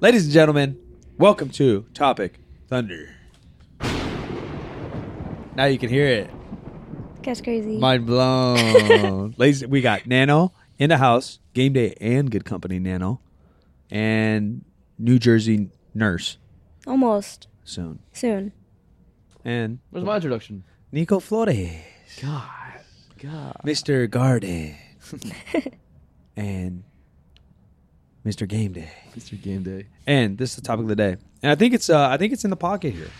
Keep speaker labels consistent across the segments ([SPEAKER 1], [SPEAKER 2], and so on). [SPEAKER 1] Ladies and gentlemen, welcome to Topic Thunder. Now you can hear it.
[SPEAKER 2] That's crazy.
[SPEAKER 1] Mind blown. Ladies, we got Nano in the house, game day and good company Nano, and New Jersey nurse
[SPEAKER 2] Almost
[SPEAKER 1] soon.
[SPEAKER 2] soon.
[SPEAKER 1] And
[SPEAKER 3] Where's my introduction?
[SPEAKER 1] Nico Flores,
[SPEAKER 3] God, God.
[SPEAKER 1] Mr. Garden, and Mr. Game Day.
[SPEAKER 3] Mr. Game Day.
[SPEAKER 1] And this is the topic of the day. And I think it's uh, I think it's in the pocket here.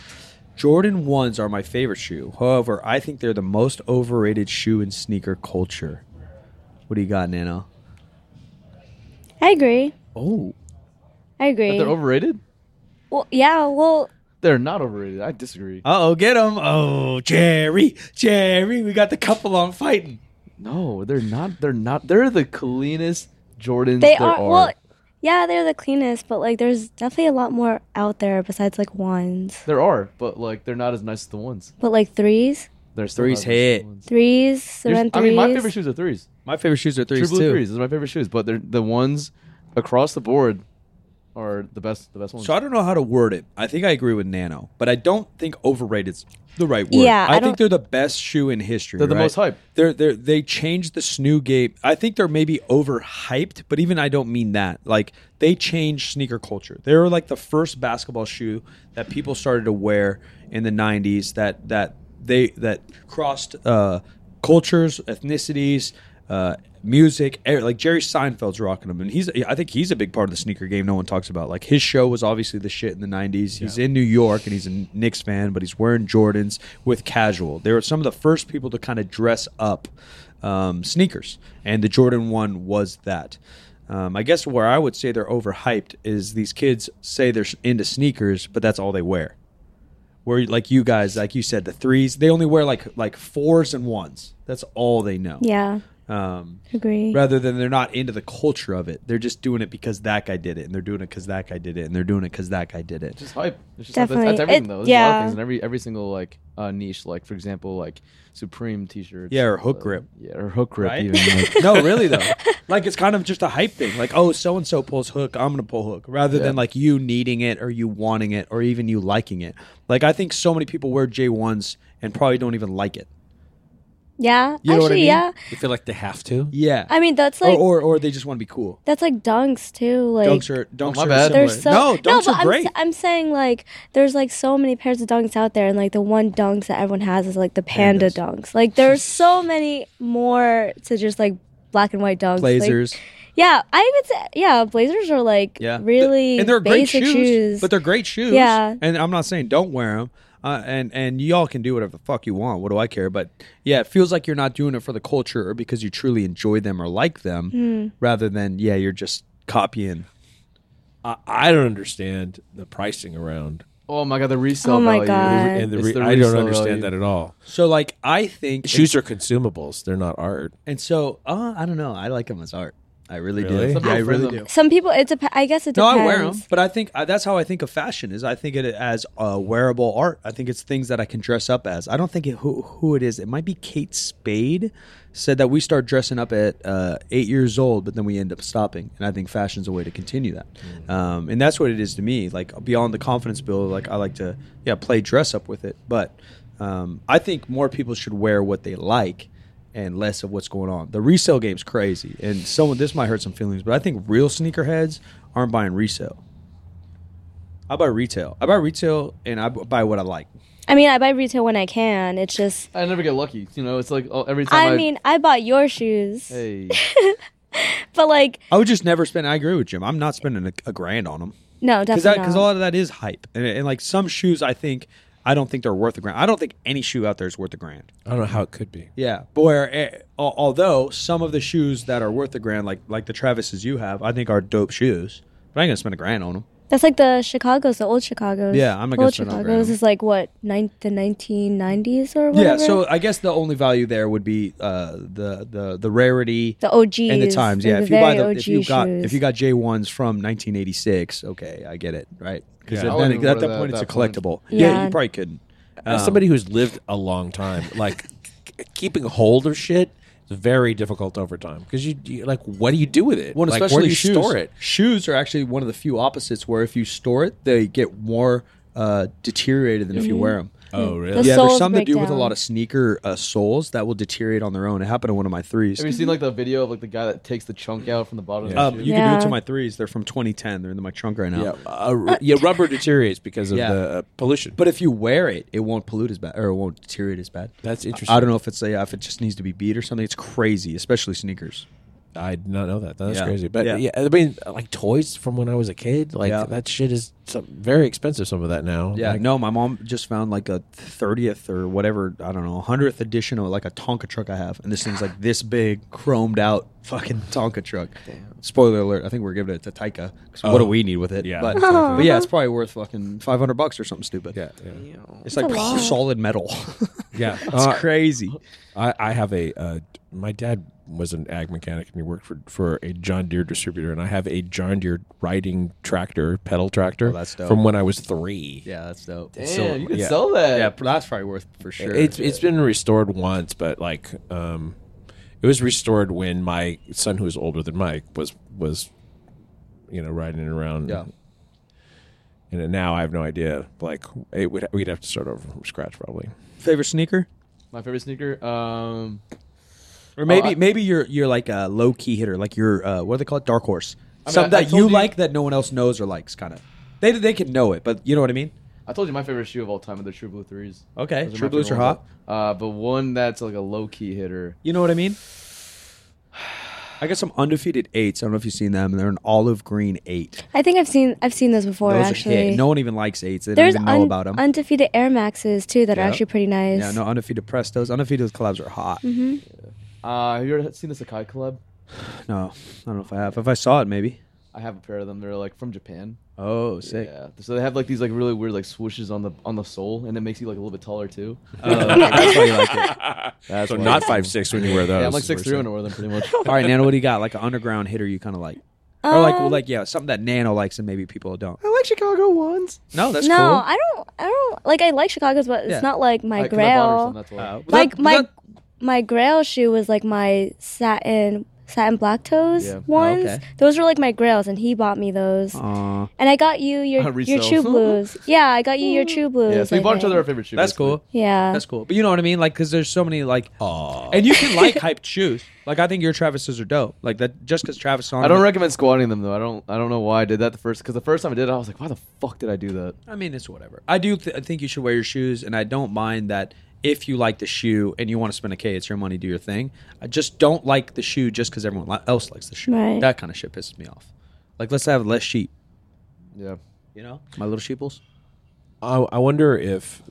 [SPEAKER 1] Jordan 1s are my favorite shoe. However, I think they're the most overrated shoe in sneaker culture. What do you got, Nano?
[SPEAKER 2] I agree.
[SPEAKER 1] Oh,
[SPEAKER 2] I
[SPEAKER 3] That
[SPEAKER 2] agree.
[SPEAKER 3] they're overrated?
[SPEAKER 2] well, yeah. Well,
[SPEAKER 3] They're not overrated. I disagree.
[SPEAKER 1] Uh oh, get him. Oh, Jerry, Jerry, we got the couple on fighting.
[SPEAKER 3] No, they're not. They're not. They're the cleanest Jordans
[SPEAKER 2] they
[SPEAKER 3] there
[SPEAKER 2] are, Well, yeah, they're the cleanest, but like, there's definitely a lot more out there besides like ones.
[SPEAKER 3] there are, but like they're not as nice as the ones.
[SPEAKER 2] But like threes,
[SPEAKER 3] They're still
[SPEAKER 1] Threes
[SPEAKER 3] not as nice as
[SPEAKER 1] hit.
[SPEAKER 3] the ones.
[SPEAKER 2] threes,
[SPEAKER 3] Here's-
[SPEAKER 2] cement
[SPEAKER 3] I
[SPEAKER 2] threes.
[SPEAKER 3] mean, my favorite shoes are threes.
[SPEAKER 1] My favorite shoes are
[SPEAKER 3] True
[SPEAKER 1] threes
[SPEAKER 3] blue
[SPEAKER 1] too.
[SPEAKER 3] threes is my favorite shoes, but they're the ones across the board are the best. The best ones.
[SPEAKER 1] So I don't know how to word it. I think I agree with Nano, but I don't think overrated's the right word.
[SPEAKER 2] Yeah,
[SPEAKER 1] I,
[SPEAKER 2] I
[SPEAKER 1] think
[SPEAKER 2] don't-
[SPEAKER 1] they're the best shoe in history.
[SPEAKER 3] They're the
[SPEAKER 1] right?
[SPEAKER 3] most hype.
[SPEAKER 1] They're they are they changed the snoogate. I think they're maybe overhyped, but even I don't mean that. Like they changed sneaker culture. They were like the first basketball shoe that people started to wear in the '90s. That that they that crossed uh, cultures, ethnicities. Uh, music eh, like jerry seinfeld's rocking them and he's i think he's a big part of the sneaker game no one talks about like his show was obviously the shit in the 90s he's in new york and he's a knicks fan but he's wearing jordans with casual they were some of the first people to kind of dress up um, sneakers, and the Jordan one was that. Um, I guess where I would say they're overhyped is these kids say they're s- into sneakers, but that's all they wear. Where like you guys, like you said, the threes they only wear like like fours and ones. That's all they know.
[SPEAKER 2] Yeah,
[SPEAKER 1] Um,
[SPEAKER 2] agree.
[SPEAKER 1] rather than they're not into the culture of it, they're just doing it because that guy did it, and they're doing it because that guy did it, and they're doing it because that guy did it.
[SPEAKER 3] Just hype. It's just hype. That's-
[SPEAKER 2] Definitely.
[SPEAKER 3] That's, everything
[SPEAKER 2] It-
[SPEAKER 3] though. There's yeah. a lot
[SPEAKER 2] yeah.
[SPEAKER 3] of things in every every single like uh, niche. Like for example, like Supreme T-shirts.
[SPEAKER 1] Yeah, or hook
[SPEAKER 3] uh,
[SPEAKER 1] grip.
[SPEAKER 3] yeah, or hook grip.
[SPEAKER 1] Right?
[SPEAKER 3] Even like,
[SPEAKER 1] no, really though. Like it's kind of just a hype thing. Like, oh, so and so pulls hook, I'm gonna pull hook, rather
[SPEAKER 3] Yeah.
[SPEAKER 1] than like you needing it or you wanting it or even you liking it. Like I think so many people wear J ones and probably don't even like it.
[SPEAKER 2] yeah,
[SPEAKER 1] You know
[SPEAKER 2] actually,
[SPEAKER 1] what I mean?
[SPEAKER 2] yeah.
[SPEAKER 4] You feel like they have to?
[SPEAKER 1] Yeah.
[SPEAKER 2] I mean, that's like
[SPEAKER 1] or, or or they just want to be cool.
[SPEAKER 2] that's like dunks too. Like
[SPEAKER 1] dunks are dunks
[SPEAKER 3] my
[SPEAKER 1] are
[SPEAKER 3] bad.
[SPEAKER 2] They're
[SPEAKER 1] similar.
[SPEAKER 2] so
[SPEAKER 1] no, dunks
[SPEAKER 2] but
[SPEAKER 1] are great.
[SPEAKER 2] I'm, s- I'm saying like there's like so many pairs of dunks out there, and like the one dunks that everyone has is like the panda
[SPEAKER 1] Pandas.
[SPEAKER 2] dunks. Like there's so many more to just like black and white dunks. Like,
[SPEAKER 1] Blazers.
[SPEAKER 2] yeah, I even say yeah, blazers are like
[SPEAKER 1] Yeah,
[SPEAKER 2] really
[SPEAKER 1] and they're great
[SPEAKER 2] basic
[SPEAKER 1] shoes,
[SPEAKER 2] shoes.
[SPEAKER 1] but they're great shoes.
[SPEAKER 2] Yeah.
[SPEAKER 1] and I'm not saying don't wear them. Uh, and and y'all can do whatever the fuck you want. What do I care? But yeah, it feels like you're not doing it for the culture or because you truly enjoy them or like them,
[SPEAKER 2] Hmm.
[SPEAKER 1] rather than yeah, you're just copying.
[SPEAKER 4] I, I don't understand the pricing around.
[SPEAKER 3] oh my god, the resale.
[SPEAKER 2] Oh my
[SPEAKER 3] value.
[SPEAKER 2] God.
[SPEAKER 4] And the
[SPEAKER 3] It's
[SPEAKER 4] re-
[SPEAKER 3] the
[SPEAKER 4] I don't
[SPEAKER 3] resale
[SPEAKER 4] understand
[SPEAKER 3] value.
[SPEAKER 4] that at all.
[SPEAKER 1] So like I think
[SPEAKER 4] Shoes are consumables; they're not art.
[SPEAKER 1] and so uh, I don't know. I like them as art. I really, do.
[SPEAKER 4] Really? Some
[SPEAKER 1] I
[SPEAKER 3] people
[SPEAKER 1] really
[SPEAKER 3] love 'em.
[SPEAKER 1] do.
[SPEAKER 2] Some people, it dep- I guess it
[SPEAKER 1] No,
[SPEAKER 2] depends.
[SPEAKER 1] I wear them, but I think uh, that's how I think of fashion. Is I think it as uh, wearable art. I think it's things that I can dress up as. I don't think it, who who it is. It might be Kate Spade said that we start dressing up at uh, eight years old, but then we end up stopping. And I think fashion's a way to continue that. Um, and that's what it is to me. Like beyond the confidence builder, like I like to yeah play dress up with it. But um, I think more people should wear what they like and less of what's going on. The resale game's crazy, and someone this might hurt some feelings, but I think real sneakerheads aren't buying resale. I buy retail. I buy retail, and I b- buy what I like.
[SPEAKER 2] I mean, I buy retail when I can. It's just,
[SPEAKER 3] I never get lucky. You know, it's like oh, every time I,
[SPEAKER 2] I mean, I bought your shoes,
[SPEAKER 3] hey,
[SPEAKER 2] but like
[SPEAKER 1] I would just never spend. I agree with Jim. I'm not spending a, a grand on them
[SPEAKER 2] no,
[SPEAKER 1] because
[SPEAKER 2] definitely
[SPEAKER 1] because a
[SPEAKER 2] not.
[SPEAKER 1] lot of that is hype, and, and like some shoes, I think I don't think they're worth a grand. I don't think any shoe out there is worth a grand.
[SPEAKER 4] I don't know how it could be.
[SPEAKER 1] Yeah, but where, eh, al- although some of the shoes that are worth a grand, like like the Travis's you have, I think are dope shoes, but I ain't gonna spend a grand on them.
[SPEAKER 2] That's like the Chicago's, the old Chicago's.
[SPEAKER 1] Yeah, I'm not
[SPEAKER 2] The
[SPEAKER 1] gonna
[SPEAKER 2] old
[SPEAKER 1] spend on
[SPEAKER 2] Chicago's
[SPEAKER 1] Graham.
[SPEAKER 2] is like what nine, the 1990s or whatever.
[SPEAKER 1] Yeah, so I guess the only value there would be uh, the the the rarity
[SPEAKER 2] the OGs
[SPEAKER 1] and the times.
[SPEAKER 2] like
[SPEAKER 1] Yeah, if you buy
[SPEAKER 2] very
[SPEAKER 1] the
[SPEAKER 2] OG
[SPEAKER 1] if you got
[SPEAKER 2] shoes.
[SPEAKER 1] if you got J ones from 1986, okay, I get it, right? Because
[SPEAKER 4] Yeah. I
[SPEAKER 1] then
[SPEAKER 3] wouldn't
[SPEAKER 1] at that,
[SPEAKER 3] order that
[SPEAKER 1] point
[SPEAKER 3] at
[SPEAKER 1] it's a
[SPEAKER 3] that point.
[SPEAKER 1] collectible. Yeah.
[SPEAKER 2] Yeah.
[SPEAKER 1] you probably couldn't.
[SPEAKER 4] As
[SPEAKER 1] Um,
[SPEAKER 4] somebody who's lived a long time, like k- keeping hold of shit It's very difficult over time because you, you like what do you do with it?
[SPEAKER 1] Well, and
[SPEAKER 4] like,
[SPEAKER 1] especially
[SPEAKER 4] where do you
[SPEAKER 1] shoes.
[SPEAKER 4] store it?
[SPEAKER 1] Shoes are actually one of the few opposites where if you store it, they get more uh, deteriorated than if you wear them.
[SPEAKER 4] Oh,
[SPEAKER 2] The
[SPEAKER 4] really?
[SPEAKER 1] yeah, there's
[SPEAKER 2] Mm-hmm. soles
[SPEAKER 1] some that
[SPEAKER 2] break
[SPEAKER 1] do with a
[SPEAKER 2] down.
[SPEAKER 1] lot of sneaker uh, soles that will deteriorate on their own. It happened to one of my threes.
[SPEAKER 3] Have you seen like the video of like the guy that takes the chunk out from the bottom?
[SPEAKER 4] Yeah.
[SPEAKER 3] Of
[SPEAKER 1] Um,
[SPEAKER 3] the
[SPEAKER 1] you
[SPEAKER 3] shoe?
[SPEAKER 1] can do it
[SPEAKER 2] Yeah.
[SPEAKER 1] to my threes. They're from 2010. They're in my trunk right now.
[SPEAKER 4] Yeah, uh, ru- yeah. Rubber deteriorates because of
[SPEAKER 1] Yeah.
[SPEAKER 4] the uh, pollution.
[SPEAKER 1] But if you wear it, it won't pollute as bad or it won't deteriorate as bad.
[SPEAKER 4] that's interesting.
[SPEAKER 1] I don't know if it's yeah, if it just needs to be beat or something. It's crazy, especially sneakers.
[SPEAKER 4] I did not know that. That's
[SPEAKER 1] Yeah.
[SPEAKER 4] crazy. But
[SPEAKER 1] Yeah.
[SPEAKER 4] yeah. I mean, like toys from when I was a kid, like
[SPEAKER 1] Yeah.
[SPEAKER 4] that shit is some, very expensive. Some of that now.
[SPEAKER 1] Yeah,
[SPEAKER 4] Like,
[SPEAKER 1] no, my mom just found like a thirtieth or whatever, I don't know, hundredth edition of like a Tonka truck I have, and this thing's like this big, chromed out fucking Tonka truck. Spoiler alert! I think we're giving it to Taika. 'cause
[SPEAKER 4] Oh.
[SPEAKER 1] what do we need with it?
[SPEAKER 4] Yeah.
[SPEAKER 1] but,
[SPEAKER 4] Exactly.
[SPEAKER 1] but yeah, it's probably worth fucking five hundred bucks or something stupid.
[SPEAKER 4] Yeah. Yeah.
[SPEAKER 1] it's
[SPEAKER 2] That's
[SPEAKER 1] like
[SPEAKER 2] a lot.
[SPEAKER 1] solid metal.
[SPEAKER 4] Yeah.
[SPEAKER 1] it's
[SPEAKER 4] Uh,
[SPEAKER 1] crazy.
[SPEAKER 4] I, I have a uh, my dad was an ag mechanic and he worked for, for a John Deere distributor and I have a John Deere riding tractor pedal tractor
[SPEAKER 1] Oh, that's dope.
[SPEAKER 4] from when I was three.
[SPEAKER 1] Yeah, that's dope.
[SPEAKER 3] Damn,
[SPEAKER 4] So-
[SPEAKER 3] you could
[SPEAKER 4] yeah.
[SPEAKER 3] sell that.
[SPEAKER 1] Yeah, that's probably worth for sure.
[SPEAKER 4] It's it's been restored once, but like um, it was restored when my son, who was older than Mike, was was you know riding it around.
[SPEAKER 1] Yeah.
[SPEAKER 4] And then now I have no idea. Like it would we'd have to start over from scratch probably.
[SPEAKER 1] favorite sneaker.
[SPEAKER 3] My favorite sneaker. Um,
[SPEAKER 1] Or maybe
[SPEAKER 3] I-
[SPEAKER 1] maybe you're you're like a low key hitter, like you're uh, what do they call it, dark horse.
[SPEAKER 3] I mean,
[SPEAKER 1] Some
[SPEAKER 3] I- I
[SPEAKER 1] that
[SPEAKER 3] told
[SPEAKER 1] you
[SPEAKER 3] you-
[SPEAKER 1] like that no one else knows or likes, kind of. They they can know it, but you know what I mean.
[SPEAKER 3] I told you my favorite shoe of all time are the True Blue Threes.
[SPEAKER 1] Okay,
[SPEAKER 3] Those my
[SPEAKER 1] True Blues
[SPEAKER 3] favorite
[SPEAKER 1] are
[SPEAKER 3] ones. Uh, but one that's like a low key hitter.
[SPEAKER 1] You know what I mean. I got some undefeated eights. I don't know if you've seen them. They're an olive green eight.
[SPEAKER 2] I think I've seen I've seen those before
[SPEAKER 1] Those
[SPEAKER 2] Oh, actually.
[SPEAKER 1] are hit. No one even likes eights. They
[SPEAKER 2] There's
[SPEAKER 1] don't even know
[SPEAKER 2] un-
[SPEAKER 1] about them.
[SPEAKER 2] undefeated Air Maxes too that
[SPEAKER 1] Yeah.
[SPEAKER 2] are actually pretty nice.
[SPEAKER 1] yeah, no undefeated prestos. Undefeated collabs are hot.
[SPEAKER 2] Mm-hmm.
[SPEAKER 3] Uh, have you ever seen the Sakai Club?
[SPEAKER 1] No, I don't know if I have. If I saw it, maybe.
[SPEAKER 3] I have a pair of them. They're like from Japan.
[SPEAKER 1] Oh, sick.
[SPEAKER 3] Yeah. So they have like these like really weird like swooshes on the on the sole, and it makes you like a little bit taller too. Um,
[SPEAKER 1] Oh, okay, that's why you like it.
[SPEAKER 3] That's
[SPEAKER 4] so
[SPEAKER 3] why-
[SPEAKER 4] not five six when you wear those.
[SPEAKER 3] Yeah, I'm like
[SPEAKER 4] is what
[SPEAKER 3] six
[SPEAKER 4] we're
[SPEAKER 3] three when I
[SPEAKER 4] saying.
[SPEAKER 3] wear them pretty much.
[SPEAKER 1] All right, Nano, what do you got? Like an underground hitter you kind of like, or like well,
[SPEAKER 2] Um,
[SPEAKER 1] like yeah, something that Nano likes and maybe people don't.
[SPEAKER 3] I like Chicago ones.
[SPEAKER 1] No, that's
[SPEAKER 2] no,
[SPEAKER 1] cool. Uh,
[SPEAKER 2] I don't. I don't like. I like Chicago's, but it's
[SPEAKER 1] Yeah.
[SPEAKER 2] not like my
[SPEAKER 3] Like, 'cause I bought her
[SPEAKER 2] Grail.
[SPEAKER 3] some, that's why.
[SPEAKER 2] Like my my Grail shoe was like my satin satin black toes
[SPEAKER 3] Yeah. Oh,
[SPEAKER 2] ones.
[SPEAKER 1] okay.
[SPEAKER 2] Those were like my Grails, and he bought me those.
[SPEAKER 1] Aw,
[SPEAKER 2] And I got you
[SPEAKER 3] Uh,
[SPEAKER 2] your your
[SPEAKER 3] resale.
[SPEAKER 2] True Blues. yeah, I got you your True Blues.
[SPEAKER 3] Yeah, so we
[SPEAKER 2] I
[SPEAKER 3] bought each
[SPEAKER 2] think.
[SPEAKER 3] other our favorite shoe.
[SPEAKER 1] that's
[SPEAKER 3] basically.
[SPEAKER 1] cool.
[SPEAKER 2] Yeah,
[SPEAKER 1] That's cool. But you know what I mean? Like, because there's so many like,
[SPEAKER 4] Aw.
[SPEAKER 1] and you can like hyped shoes. Like, I think your Travis's are dope. Like that, just because Travis is on.
[SPEAKER 3] I don't
[SPEAKER 1] it-
[SPEAKER 3] recommend squatting them though. I don't. I don't know why I did that the first. Because the first time I did it, I was like, "Why the fuck did I do that?"
[SPEAKER 1] I mean, it's whatever. I do. Th- I think you should wear your shoes, and I don't mind that if you like the shoe and you want to spend a k, it's your money, do your thing. I just don't like the shoe just because everyone li- else likes the shoe.
[SPEAKER 2] Right.
[SPEAKER 1] That kind of shit pisses me off. Like, let's have less sheep.
[SPEAKER 3] Yeah.
[SPEAKER 1] You know, my little sheeples.
[SPEAKER 4] I, I wonder if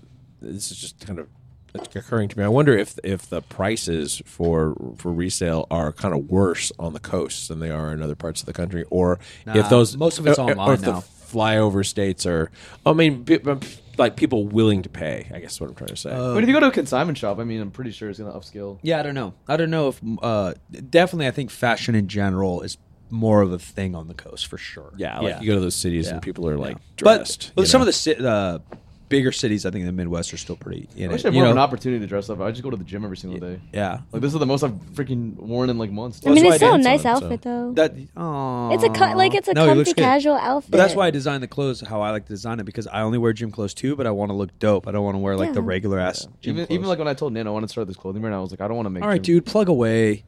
[SPEAKER 4] this is just kind of it's occurring to me. I wonder if if the prices for for resale are kind of worse on the coast than they are in other parts of the country, or
[SPEAKER 1] Nah,
[SPEAKER 4] if those
[SPEAKER 1] most of it's
[SPEAKER 4] or- or
[SPEAKER 1] online
[SPEAKER 4] if the
[SPEAKER 1] now.
[SPEAKER 4] flyover states are. I mean, pe- pe- like people willing to pay. I guess is what I'm trying to say.
[SPEAKER 1] Uh,
[SPEAKER 3] but if you go to a consignment shop, I mean, I'm pretty sure it's gonna upscale.
[SPEAKER 1] Yeah, I don't know. I don't know if uh, definitely. I think fashion in general is more of a thing on the coast for sure.
[SPEAKER 4] yeah, like you go to those cities
[SPEAKER 1] Yeah.
[SPEAKER 4] and people are like
[SPEAKER 1] but
[SPEAKER 4] dressed.
[SPEAKER 1] but
[SPEAKER 4] you
[SPEAKER 1] some of
[SPEAKER 4] know?
[SPEAKER 1] the ci- uh, bigger cities, I think in the Midwest are still pretty. You
[SPEAKER 3] I
[SPEAKER 1] know,
[SPEAKER 3] wish I had
[SPEAKER 1] you
[SPEAKER 3] more of an
[SPEAKER 1] know?
[SPEAKER 3] opportunity to dress up. I just go to the gym every single day.
[SPEAKER 1] yeah.
[SPEAKER 3] Like this is the most I've freaking worn in like months.
[SPEAKER 2] I mean,
[SPEAKER 1] That's
[SPEAKER 2] it's
[SPEAKER 1] why I
[SPEAKER 2] still a
[SPEAKER 1] dance
[SPEAKER 2] nice
[SPEAKER 4] on it, so.
[SPEAKER 2] outfit though.
[SPEAKER 1] That
[SPEAKER 2] it's a co- like it's a
[SPEAKER 1] No, he looks
[SPEAKER 2] comfy
[SPEAKER 1] good.
[SPEAKER 2] casual outfit.
[SPEAKER 1] But that's why I design the clothes how I like to design it because I only wear gym clothes too, but I want to look dope. I don't want to wear like the
[SPEAKER 2] Yeah.
[SPEAKER 1] regular ass gym
[SPEAKER 3] even
[SPEAKER 1] clothes.
[SPEAKER 3] even like when I told Nana I want to start this clothing brand, I was like, I don't want to make.
[SPEAKER 1] all right, dude, plug away.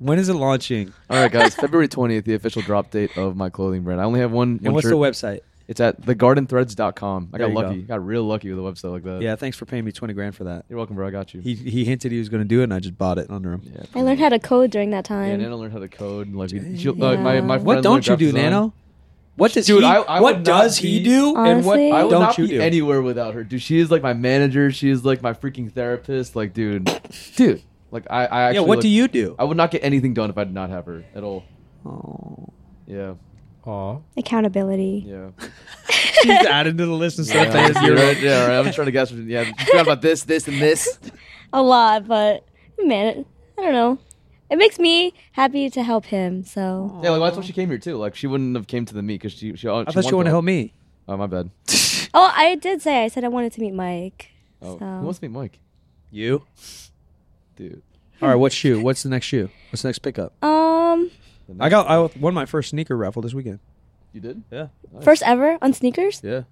[SPEAKER 1] when is it launching?
[SPEAKER 3] All right, guys. February 20th, the official drop date of my clothing brand. I only have one.
[SPEAKER 1] And
[SPEAKER 3] one
[SPEAKER 1] what's
[SPEAKER 3] shirt.
[SPEAKER 1] the website?
[SPEAKER 3] It's at thegardenthreads.com. I
[SPEAKER 1] There
[SPEAKER 3] got
[SPEAKER 1] you
[SPEAKER 3] lucky.
[SPEAKER 1] go.
[SPEAKER 3] Got real lucky with a website like that.
[SPEAKER 1] Yeah, thanks for paying me twenty grand for that.
[SPEAKER 3] You're welcome, bro. I got you.
[SPEAKER 1] He he hinted he was going to do it, and I just bought it under him.
[SPEAKER 3] yeah.
[SPEAKER 2] I learned how to code during that
[SPEAKER 3] Yeah,
[SPEAKER 2] time.
[SPEAKER 3] Nana learned how to code. and, Like, we- she, like my, my
[SPEAKER 1] What
[SPEAKER 3] friend
[SPEAKER 1] don't
[SPEAKER 3] learned
[SPEAKER 1] you
[SPEAKER 3] graphic
[SPEAKER 1] do,
[SPEAKER 3] design.
[SPEAKER 1] Nano? What does
[SPEAKER 3] Dude,
[SPEAKER 1] he?
[SPEAKER 3] I- I
[SPEAKER 1] what
[SPEAKER 3] would not
[SPEAKER 1] does he
[SPEAKER 3] be-
[SPEAKER 1] do? and what
[SPEAKER 2] Honestly?
[SPEAKER 3] I would
[SPEAKER 1] don't
[SPEAKER 3] not
[SPEAKER 1] you
[SPEAKER 3] be
[SPEAKER 1] do?
[SPEAKER 3] anywhere without her, dude. She is like my manager. She is like my freaking therapist. Like, dude, dude. Like, I, I
[SPEAKER 1] yeah,
[SPEAKER 3] actually.
[SPEAKER 1] what
[SPEAKER 3] like,
[SPEAKER 1] do you do?
[SPEAKER 3] I would not get anything done if I did not have her at all.
[SPEAKER 1] Oh.
[SPEAKER 3] Yeah,
[SPEAKER 4] Aw.
[SPEAKER 2] Accountability.
[SPEAKER 3] yeah.
[SPEAKER 1] She's added to the list and stuff.
[SPEAKER 3] Yeah,
[SPEAKER 1] that is your-
[SPEAKER 3] right, yeah, right. I'm trying to guess. Yeah, she forgot about this, this, and this.
[SPEAKER 2] A lot, but man, I don't know. It makes me happy to help him. So
[SPEAKER 3] Yeah, like well, that's why she came here too. Like she wouldn't have came to the meet because she she. she
[SPEAKER 1] I thought you wanted to help me.
[SPEAKER 3] Oh my bad.
[SPEAKER 2] oh, I did say I said I wanted to meet Mike.
[SPEAKER 3] Oh,
[SPEAKER 2] So-
[SPEAKER 3] who wants to meet Mike?
[SPEAKER 1] You?
[SPEAKER 3] Dude,
[SPEAKER 1] All right, what shoe? What's the next shoe? What's the next pickup?
[SPEAKER 2] Um,
[SPEAKER 1] I got I won my first sneaker raffle this weekend.
[SPEAKER 3] You did?
[SPEAKER 1] Yeah.
[SPEAKER 3] Nice.
[SPEAKER 2] first ever on sneakers.
[SPEAKER 3] Yeah.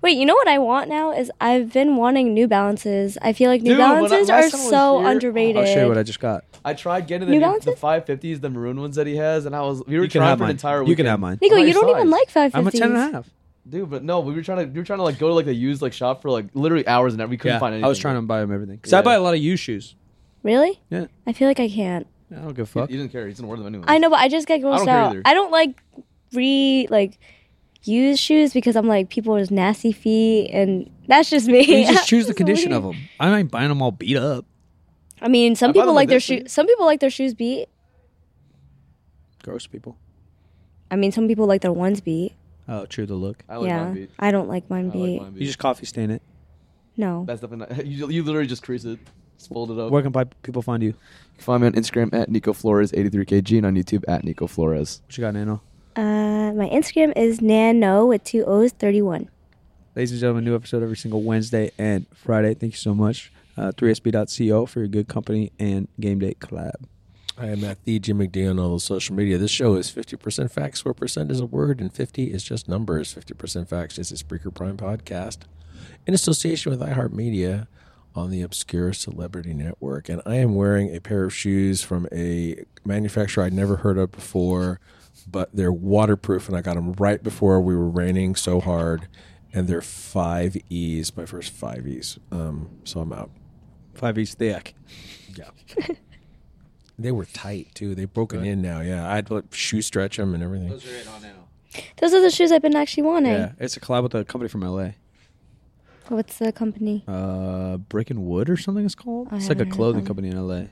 [SPEAKER 2] Wait, you know what I want now is I've been wanting New Balances. I feel like New
[SPEAKER 3] Dude, when I-
[SPEAKER 2] Balances
[SPEAKER 3] last
[SPEAKER 2] are
[SPEAKER 3] time I
[SPEAKER 2] so
[SPEAKER 3] was here- Oh,
[SPEAKER 2] underrated.
[SPEAKER 1] I'll show you what I just got.
[SPEAKER 3] I tried getting
[SPEAKER 2] New
[SPEAKER 3] the, new, the
[SPEAKER 2] Balances?
[SPEAKER 3] 550s, the maroon ones that he has, and I was we were
[SPEAKER 1] You can
[SPEAKER 3] trying
[SPEAKER 1] have
[SPEAKER 3] for an
[SPEAKER 1] mine.
[SPEAKER 3] entire weekend.
[SPEAKER 1] You can have mine.
[SPEAKER 2] Nico,
[SPEAKER 3] I'm
[SPEAKER 2] you don't
[SPEAKER 3] size.
[SPEAKER 2] even like 550s.
[SPEAKER 1] I'm a ten and a half.
[SPEAKER 3] Dude, but no, we were trying to we were trying to like go to like a used like shop for like literally hours and we couldn't find anything.
[SPEAKER 1] I was trying to buy him everything because I
[SPEAKER 3] Yeah.
[SPEAKER 1] buy a lot of U shoes.
[SPEAKER 2] Really?
[SPEAKER 1] Yeah.
[SPEAKER 2] I feel like I can't.
[SPEAKER 1] I don't give a
[SPEAKER 3] You,
[SPEAKER 1] fuck.
[SPEAKER 3] you didn't care. He's gonna wear them anyway.
[SPEAKER 2] I know, but I just get grossed
[SPEAKER 3] don't care
[SPEAKER 2] out.
[SPEAKER 3] either.
[SPEAKER 2] I don't like re like use shoes because I'm like people with nasty feet, and that's just me.
[SPEAKER 1] You just choose the
[SPEAKER 2] It's
[SPEAKER 1] condition
[SPEAKER 2] weird.
[SPEAKER 1] of them. I ain't buying them all beat up.
[SPEAKER 2] I mean, some
[SPEAKER 3] I buy
[SPEAKER 2] people
[SPEAKER 3] them
[SPEAKER 2] like
[SPEAKER 3] like
[SPEAKER 2] their
[SPEAKER 3] this,
[SPEAKER 2] shoes.
[SPEAKER 3] dude.
[SPEAKER 2] Some people like their shoes beat.
[SPEAKER 1] Gross people.
[SPEAKER 2] I mean, some people like their ones beat.
[SPEAKER 1] Oh, true. The look.
[SPEAKER 3] I like
[SPEAKER 2] yeah,
[SPEAKER 3] mine beat.
[SPEAKER 2] I don't like mine
[SPEAKER 3] I
[SPEAKER 2] beat.
[SPEAKER 3] like mine beat.
[SPEAKER 1] You just coffee stain it.
[SPEAKER 2] No.
[SPEAKER 3] That's definitely not, you. You literally just crease it, just fold it up.
[SPEAKER 1] Where can pi- people find you?
[SPEAKER 3] You can find me on Instagram at Nico Flores 83kg and on YouTube at Nico Flores.
[SPEAKER 1] What you got, Nano?
[SPEAKER 2] Uh, my Instagram is nano with two O's thirty one.
[SPEAKER 1] Ladies and gentlemen, new episode every single Wednesday and Friday. Thank you so much. Uh, 3sb.co for your good company and game day collab.
[SPEAKER 4] I am at the Jim McD on all the social media. This show is 50% facts, 4% is a word, and 50 is just numbers. 50% facts is a Spreaker Prime podcast in association with iHeartMedia on the Obscure Celebrity Network. And I am wearing a pair of shoes from a manufacturer I'd never heard of before, but they're waterproof, and I got them right before we were raining so hard. And they're 5Es, my first 5Es. Um, so I'm out.
[SPEAKER 1] Five East Thick.
[SPEAKER 4] Yeah. they were tight too. They've broken in now. Yeah, I had to like, shoe stretch them and everything.
[SPEAKER 2] Those are the shoes I've been actually wanting.
[SPEAKER 1] Yeah, it's a collab with a company from LA.
[SPEAKER 2] What's the company?
[SPEAKER 1] Uh, Brick and Wood or something it's called.
[SPEAKER 2] I
[SPEAKER 1] it's like a
[SPEAKER 2] haven't heard
[SPEAKER 1] clothing
[SPEAKER 2] of
[SPEAKER 1] company in LA.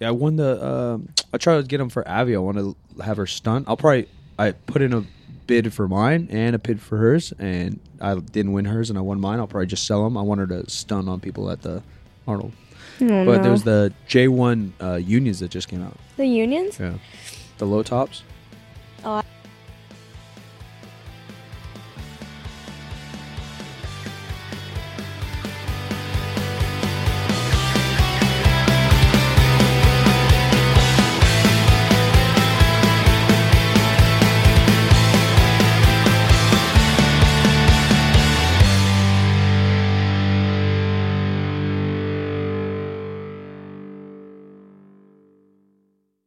[SPEAKER 1] Yeah, I won the. Um, I tried to get them for Avi. I want to have her stunt. I'll probably. I put in a bid for mine and a bid for hers, and I didn't win hers, and I won mine. I'll probably just sell them. I want her to stunt on people at the Arnold.
[SPEAKER 2] Oh,
[SPEAKER 1] But
[SPEAKER 2] no.
[SPEAKER 1] there's the J1 uh, unions that just came out.
[SPEAKER 2] the unions.
[SPEAKER 1] Yeah. The low tops.
[SPEAKER 2] Oh, I-